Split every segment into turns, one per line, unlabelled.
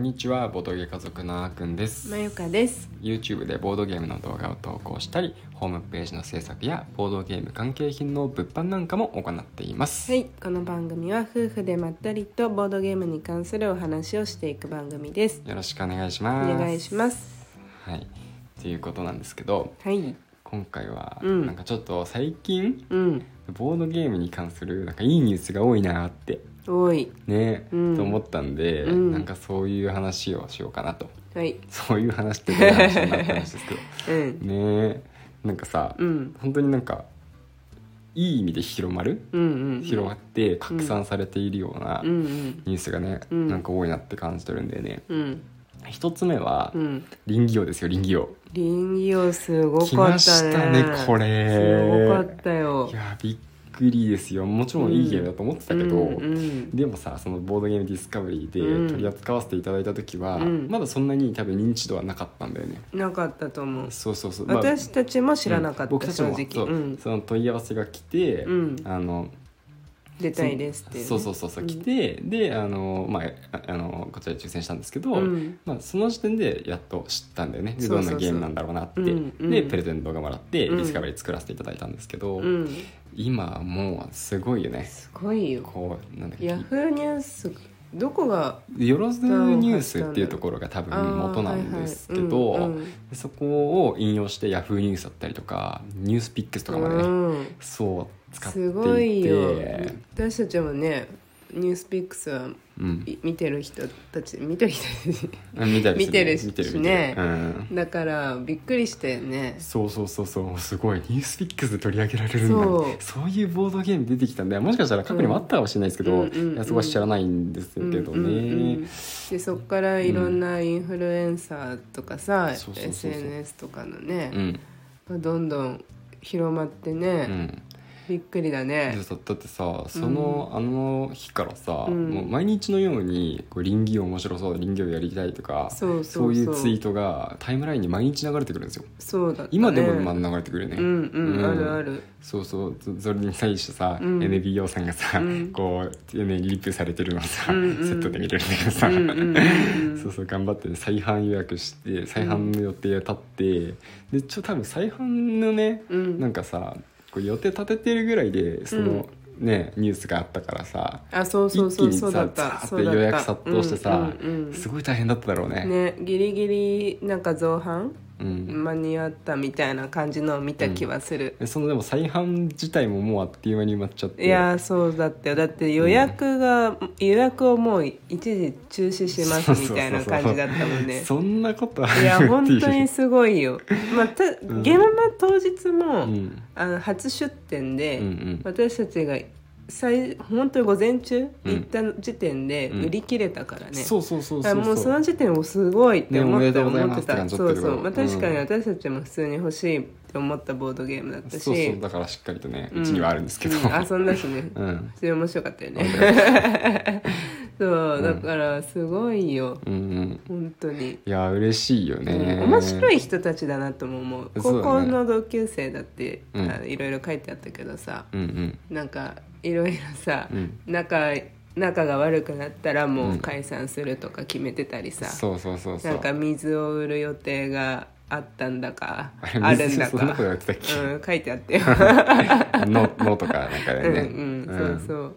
にちはボードゲー家族のあーくんです
まゆかです。
YouTube でボードゲームの動画を投稿したりホームページの制作やボードゲーム関係品の物販なんかも行っています、
はい、この番組は夫婦でまったりとボードゲームに関するお話をしていく番組です。
よろしくお願いし
お
ます
願いします。
はいっていうことなんですけど
はい、
今回は
うん
なんかちょっと最近
うん、
ボードゲームに関するなんかいいニュースが多いなーって
多い。
ね、
うん
と思ったんで、
うん
なんかそういう話をしようかなと
はい、
そういう話ってどういう話になったんですけど
うん、
ねなんかさ、
うん、
本当になんかいい意味で広まる
うん、うん、
広がって拡散されているような
うん、うん、
ニュースがね、
うん
なんか多いなって感じてるんだよね。
うん、
一つ目は
うん、
林業ですよ林業。
林業すごかったね。
来ましたねこれ
すごかったよ
い。やびっくりですよもちろんいいゲームだと思ってたけど、
うん、うん、
でもさそのボードゲームディスカバリ
う
ー
ん
で取り扱わせていただいた時は、
うん
まだそんなに多分認知度はなかったんだよね、
なかったと思う。
そうそうそう、まあ
私たちも知らなか
うん
っ
僕
た
たちも
正直。
そう
うん、
その問い合わせが来て、
うん
あの
出たいですっていうね。
そうそうそうそう
うん
来て、であの、まあ、ああのこちらで抽選したんですけど、
うん
まあ、その時点でやっと知ったんだよねで
そう
ど
そうんそう
なゲームなんだろうなって、
うんうん
でプレゼントがもらって、
うん
ディスカバリー作らせていただいたんですけど、
うん、
今もうすごいよね
すごいよ。
こうなんだっけ
ヤフーニュースどこが
よろずニュースっていうところが多分元なんですけど、
あーはいはいうんうん
そこを引用してヤフーニュースだったりとかニュースピックスとかまでね、
うん、
そう使っていて
すごいよ私たちもねニュースピックスは
うん、
い見てる人たち見てる人たち
見たり
見てるし
見てる見てる
ね
うん、
だからびっくりしたよね
そうそうそうそうすごいニュースピックスで取り上げられるんだ
そう
そういうボードゲーム出てきたんでもしかしたら過去にもあったかもしれないですけど、
うんうんうん
いやそこは知らないんですけどね、
うんうんうんでそっからいろんなインフルエンサーとかさ、
そうそうそうそう
SNS とかのね
う、ん
どんどん広まって
う
ね、
ん
びっくりだ
で
ね
さだってさその、あの日からさ、
うん
もう毎日のようにこう林業面白そう林業やりたいとか
そう
そ
そうう
い
そう
うツイートがタイムラインに毎日流れてくるんですよ
そうだったね
今でもまだ流れてくるよね、
うんうん、
うん
あるある
そうそうそそれに対してさ、
うん
NBO さんがさ、
うん
こう、ね、リプされてるのをさ、
うんうん
セットで見れるんだけどさ、
うんうんうんうん
そうそう頑張って再販予約して再販の予定を立って、でちょ多分再販のね、
うん
なんかさこう予定立ててるぐらいでその、ねニュースがあったからさ
あそうそうそうそうだっ
一気にさザ
た
ーって
そうだ
予約殺到してさ
うんうんうん
すごい大変だっただろうね。
ねギリギリなんか造反
うん
間に合ったみたいな感じのを見た気はする、
でそのでも再販自体ももうあっという間に埋まっちゃって
いやーそうだったよだって予約が、予約をもう一時中止しますみたいな感じだったもんね
そんなことある
いや
ってう
本当にすごいよ、まあ、たゲームマ当日
う
も、
ん
あの初出店で、
うんうん
私たちが最本当に午前中
うん
行った時点で
うん
売り切れたからね、
そうそうそう
だ
そ
か
う
らもうその
う
時点をすごいって思っ
ねおめで
て
とうござい
思っ
ま
て
すって
た、
感じだ
そ
った
う
けど
そう、まあ、
うん
確かに私たちも普通に欲しいって思ったボードゲームだったし
そうそうだからしっかりとねうちにはあるんですけど
うあ遊んだしね
うん
それ面白かったよねそうだからすごいよ
うんうん
本当に、
いや嬉しいよね
面白
い
い人たちだなとも思う
そうだ
高
ね
校の同級生だってあ
うん
のいろいろ書いてあったけどさ、
うんうん
なんかいろいろさ、
うん
仲仲が悪くなったらもう解散するとか決めてたりさ、
そうそうそうそう
なんか水を売る予定があったんだか
あれ
あるん
水
だ
そんなことや
か
ってたっけ
うん、書いてあ ったよ、
ノノとかなんか
う
で
ん
ね
うん、そうそうう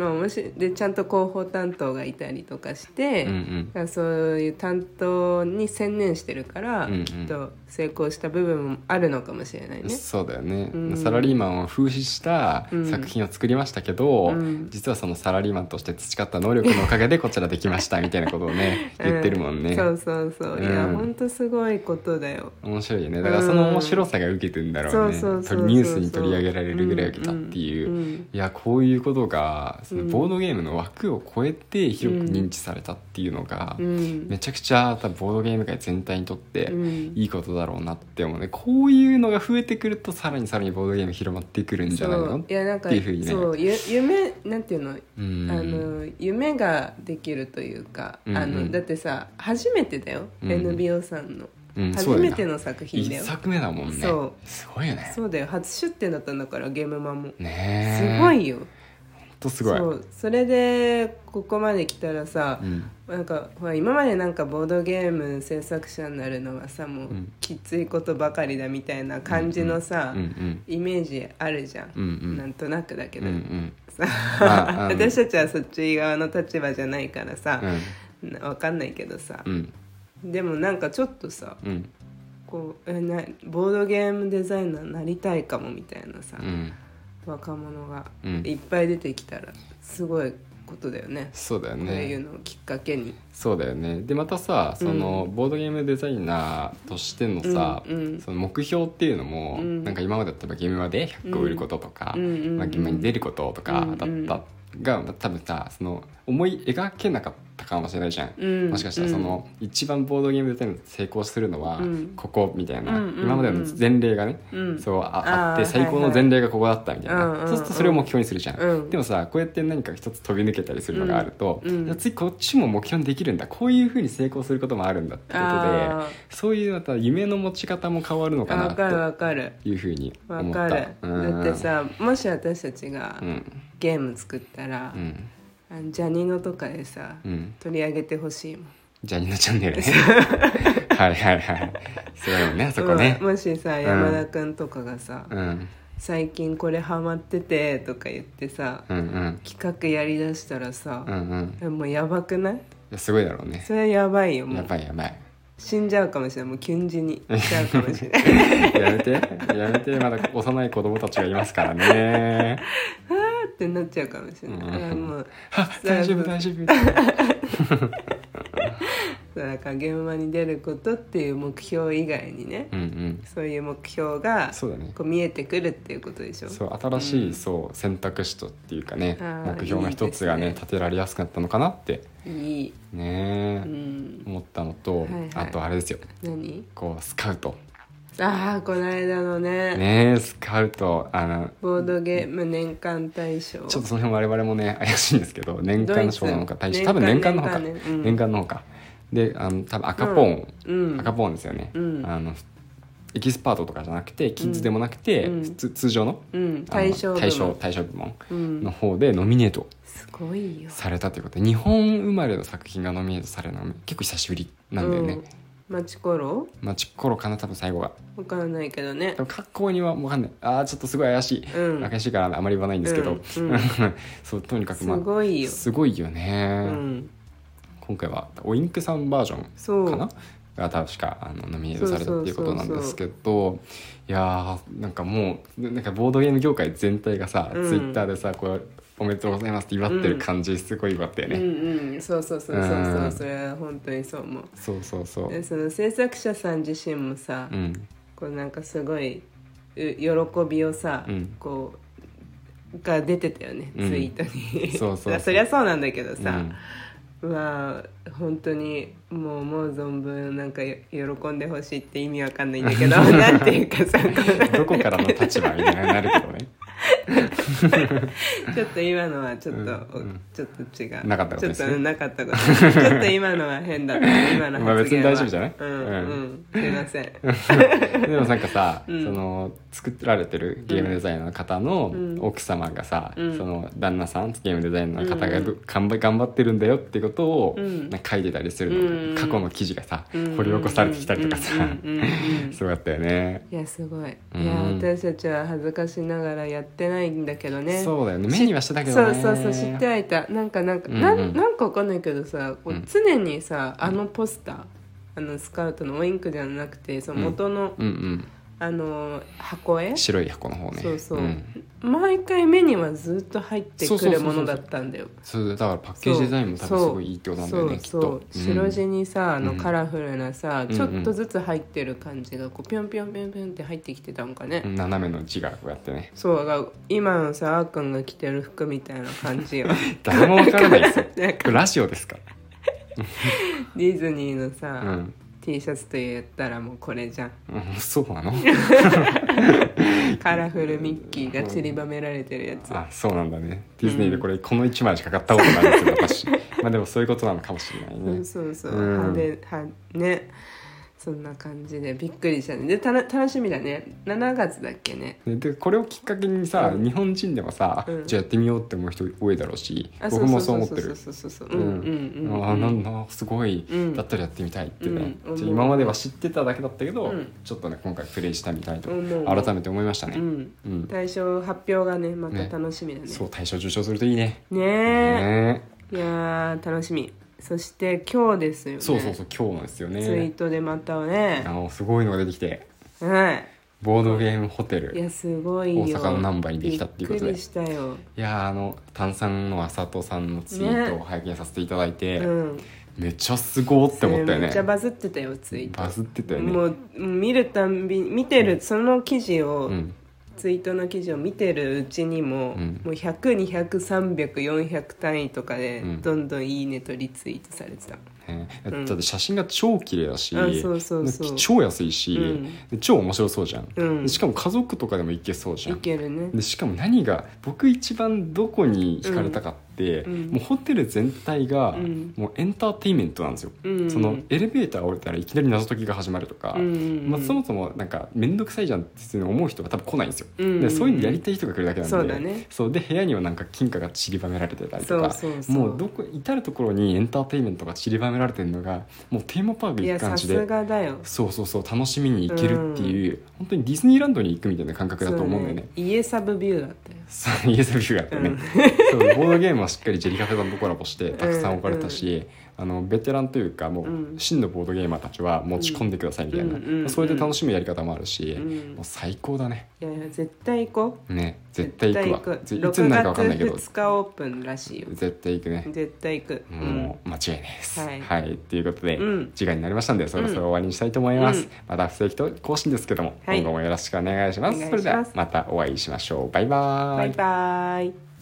まあもしでちゃんと広報担当がいたりとかして、
うんうん
だからそういう担当に専念してるから、
うんうん
きっと成功した部分もあるのかもしれないね
そうだよね、
うん
サラリーマンを風刺した作品を作りましたけど、
うん
実はそのサラリーマンとして培った能力のおかげでこちらできましたみたいなことをね言ってるもんね、
うそうそうそう、いや
うん
ほんとすごいことだよ
面白いよねだからその面白さが受けてんだろうね、
そうそうそうそう
ニュースに取り上げられるぐらい受けたっていう、
うんうん
いやこういうことがその
うん
ボードゲームの枠を超えて広く認知されたっていうのが、
うん
めちゃくちゃ多分ボードゲーム界全体にとって
うん
いいことだろうなって思うねこういうのが増えてくるとさらにさらにボードゲーム広まってくるんじゃないの
そういやなんか
っていうふうにね
そうゆ夢なんていうの,、
うん
あの夢ができるというか、
うんうん
あのだってさ初めてだよ、
うん
NBO さんの、
うんそう
初
だよ
め
な
ての作品だ
一
よ
作目だもんね
そ
すごいよね
そうだよ初出展だったんだからゲームマンも、
ねえ
すごいよ
当すごい
そうそれでここまで来たらさ
う、ん
なんかほら今までなんかボードゲーム制作者になるのはさもう
うん
きついことばかりだみたいな感じの
う
さ、
んうん
イメージあるじゃん、
うんうん
なんとなくだけ
うん
ど、
うん
さ
まあうん
私たちはそっち側の立場じゃないからさ
う、ん
なわかんないけどさ、
うん
でもなんかちょっとさ
うん
こうえなボードゲームデザイナーになりたいかもみたいなさ、
うん
若者が
うん
いっぱい出てきたらすごいことだよね、
そうだよ
こういう
ね
のをきっかけに。
そうだよねでまたさその、ボードゲームデザイナーとしてのさ、
うんうん
その目標っていうのも、
うん
なんか今までだったらゲームまで100個売ることとか、
うんうんうん
まあ、現場に出ることとかだった、
うんうん
がまあ多分さその思い描けなかったかもしれないじゃん、
うん
もしかしたらその、一番ボードゲームデザイナーで成功するのは
うん
ここみたいな、
うんうんうん
今までの前例がね、
うん
そう
あー
ああって
は
最
いはい
高の前例がここだったみたいな、
うんうんうん
そうするとそれを目標にするじゃん、
うん
でもさこうやって何か一つ飛び抜けたりするのがあると、
うんうん
じゃあ次こっちも目標にできるんだこういうふうに成功することもあるんだってこと
あ
でそういうまた夢の持ち方も変わるのか
あわかる
な
わかる
というふうに
わ
思っ
か
た
る
うん
だってさもし私たちが
うん
ゲーム作ったら、
うん
あのジャニーノとかでさ、
うん
取り上げてほしいもん
ジャニーのチャン ネルねはいはいはいすごいよねあそこね
うんもしさ
ん
山田君とかがさ、
うん
最近これハマってて」とか言ってさ、
うんうん
企画やりだしたらさ
う、んうん
えもうやばくない
いやすごいだろうね
それはやばいよも
や
う
ばいやばい
死んじゃうかもしれないもうキュン死にしちゃうかもし れない
やめてやめてまだ幼い子供たちがいますから ね
ってなっちゃうかもしれない、
うん
あもう
あ
そう
大丈夫大丈夫
そうだから現場に出ることっていう目標以外にね、
うんうん
そういう目標が
そうだね
こう見えてくるっていうことでしょ
そう新しい、そう選択肢とっていうかね
あー
目標の一つがね
いいですね
立てられやすくなったのかなって
いい、
ねえ、
うん、
思ったのと、
はいはい
あとあれですよ
何
こうスカウト
ああこの間のね
ねえスカウトあの
ボードゲーム年間大賞
ちょっとその辺我々もね怪しいんですけど年間賞なのか
ドイ
大
ツ
賞多分年間の方か
年間ねうん
年間の方かであの多分赤ポーン、
うん
赤ポーンですよね、
うん
あのエキスパートとかじゃなくてキッズでもなくて、
うん
普通通常の,、
うん
あの
大賞部門
対象対象部門
うん
の方でノミネート
すごいよ
されたということで日本生まれの作品がノミネートされるのが結構久しぶりなんだよね、
うん、マチコロ
まあちっころかな多分最後が
わからないけどね
でも過去には分かんないああちょっとすごい怪しい、
うん
怪しいからあまり言わないんですけど、
うんうん
そうとにかく
す
まあ
ごいよ、
すごいよね、
うん、
今回はおインクさんバージョン
そう
かなが確かあのノミネートされたっていうことなんですけどいやーなんかもうなんかボードゲーム業界全体がさ、
うん
ツイッターでさこう「おめでとうございます」って祝ってる感じすごい祝ったよね、
うんうんそうそうそうそう
う
そうんそれは本当にそう思う
そうそうそう
でその制作者さん自身もさ、
うん
こうなんかすごいう喜びをさ、
うん
こうが出てたよね、
うん
ツイートに
そうそうそう
だからりゃ そうなんだけどさ、まあ本当にもう思う存分なんかよ喜んでほしいって意味わかんないんだ けどなんていうかさこ
うん、どこからの立場みたいになるけど ね
う ちょっと今のはちょっと、
うんうん
ちょっと違う
なかったことです
ち
ね
ょっとなか ったことちょっと今のは変だった今の発言は、
まあ別に大丈夫じゃない
うん
うん
うん、すいま せん
でもなんかさ、
うん
その作られてるゲームデザイナーの方の
うん
奥様がさ、
うん
その旦那さんゲームデザイナーの方
う
が
ん
ど頑張頑張ってるんだよってことを
うん
なんか書いてたりするのが、
うん
過去の記事がさ、掘り起こされてきたりとかさ、
うんうんうんうん うん
すごかったよね。
いやすごいい
うん
や私たちは恥ずかしながらやってないんだけどね
そうだよね目にはしてたけど
そ
ね
うそうそう知ってはいたなんかなんか、
うんうん
なんなんかわかんないけどさこう
うん
常にさあのポスター、あのスカウトのウインクじゃなくてその元の、
うん
あの箱絵
うん、白い箱の方ね
そうそう、
ん
毎回目にはずっと入って
そう
く
そうそうそ
る
う
ものだったんだよ
そうだからパッケージデザインも多分すごいいいってことなんだよねきっ
そうそう
と。
そう白
に
地にさあの
うん
カラフルなさ、
うん
ちょっとずつ入ってる感じがこうピョンピョンピョンピョンって入ってきてたのかね、
斜めの字がこうやってね
そうだから今のさあーくんが着てる服みたいな感じよ
誰もわからないですよ
なんか
これラジオですか
ディズニーのさ、
ら、うん、
T シャツと言ったらもうこれじゃん
うんそうなの
カラフルミッキーが散りばめられてるやつ
あそうなんだねディズニーでこれこの1枚しか買ったことないです よ私まあでもそういうことなのかもしれない
そう
ね
そうそう、
うん
派手はねそんな感じでびっくりしたねでたな楽しみだね7月だっけね
ででこれをきっかけにさ、
うん
日本人でもさ、
うん
じゃあやってみようって思う人多いだろうし
あ
僕もそう思ってる
そうそうそうそう
う
そううんうん
ん
うんうん
ああなんだすごい、
うん
だったらやってみたいってね、
うん
じゃあ今までは知ってただけだったけど、
うん
ちょっとね今回プレイしてみたいと、
思う
改めて思いました
う
ね、
ん
うん
大賞発表がねまた
ね
楽しみだね
そう大賞受賞するといいね
ねえ
ね
いやー楽しみそして今日ですよね
そうそうそう今日なんですよ
ツイー
ね
トでまた
あ
ね
のすごいのが出てきて
はい
ボードゲームホテル
い
い
やすごいよ
大阪の難波にできたっていうことで
びっくりしたよ、
やーあの炭酸のあさとさんのツイートを拝見させていただいて、
うん
めっちゃすごーって思ったよ
め
ね
っちゃバズってたよツイート
バズってたよね
もうもう見るたんび見てるその記事を、
うん、
ツイートの記事を見てるうちにも、
うん
もう100200300400単位とかで、
うん
どんどんいいねとリツイートされてた
ね
うん
だって写真が超綺麗だし、
あそうそうそう
超安いし、
うん
で超面白そうじゃん、
うん
でしかも家族とかでも行けそうじゃ
い
ん
けるね
でしかも何が僕一番どこに惹かれたかって、
うんうん
もうホテル全体が、
うん
もうエンターテインメントなんですよ、
うん
そのエレベーター降りたらいきなり謎解きが始まるとか、
うんうん
まあ、そもそもなんか面倒くさいじゃんって普通に思う人が多分来ないんですよ、
うんうん
でそういうのやりたい人が来るだけなんで
そうだね
そうで部屋にはなんか金貨が散りばめられてたりとか
そうそうそう
もうどこ至る所にエンターテインメントが散りばめられてるのがもうテーマパーク
い
行
や
く感
さ
じ
す
で。
がだよ
そうそうそう楽しみに行けるっていう、本当にディズニーランドに行くみたいな感覚だと思うんだよね
そ家サブビューだったよ
そうイエスビューがあったね、
うん
そうボードゲームはしっかりジェリカフェさんとコラボしてたくさん置かれたし、あのベテランというかもう、
うん
真のボードゲーマーたちは持ち込んでくださいみたいな、
うんうんうん
それで楽しむやり方もあるし、
うん
もう最高だね
いやいや絶対行こう
ね絶対行くわぜい
6
つになるか分かんないけど
月2日オープンらしいよ
絶対行くね、
絶対行くうん
もう間違いないです
はい
ということで、
うん
時間になりましたんでそろそろ終わりにしたいと思います、
うん
また不正規更新ですけども、
はい
今後もよろしくお願いします
お願いしま
そ
す
れではまたお会いしましょうバイバ
バイバイ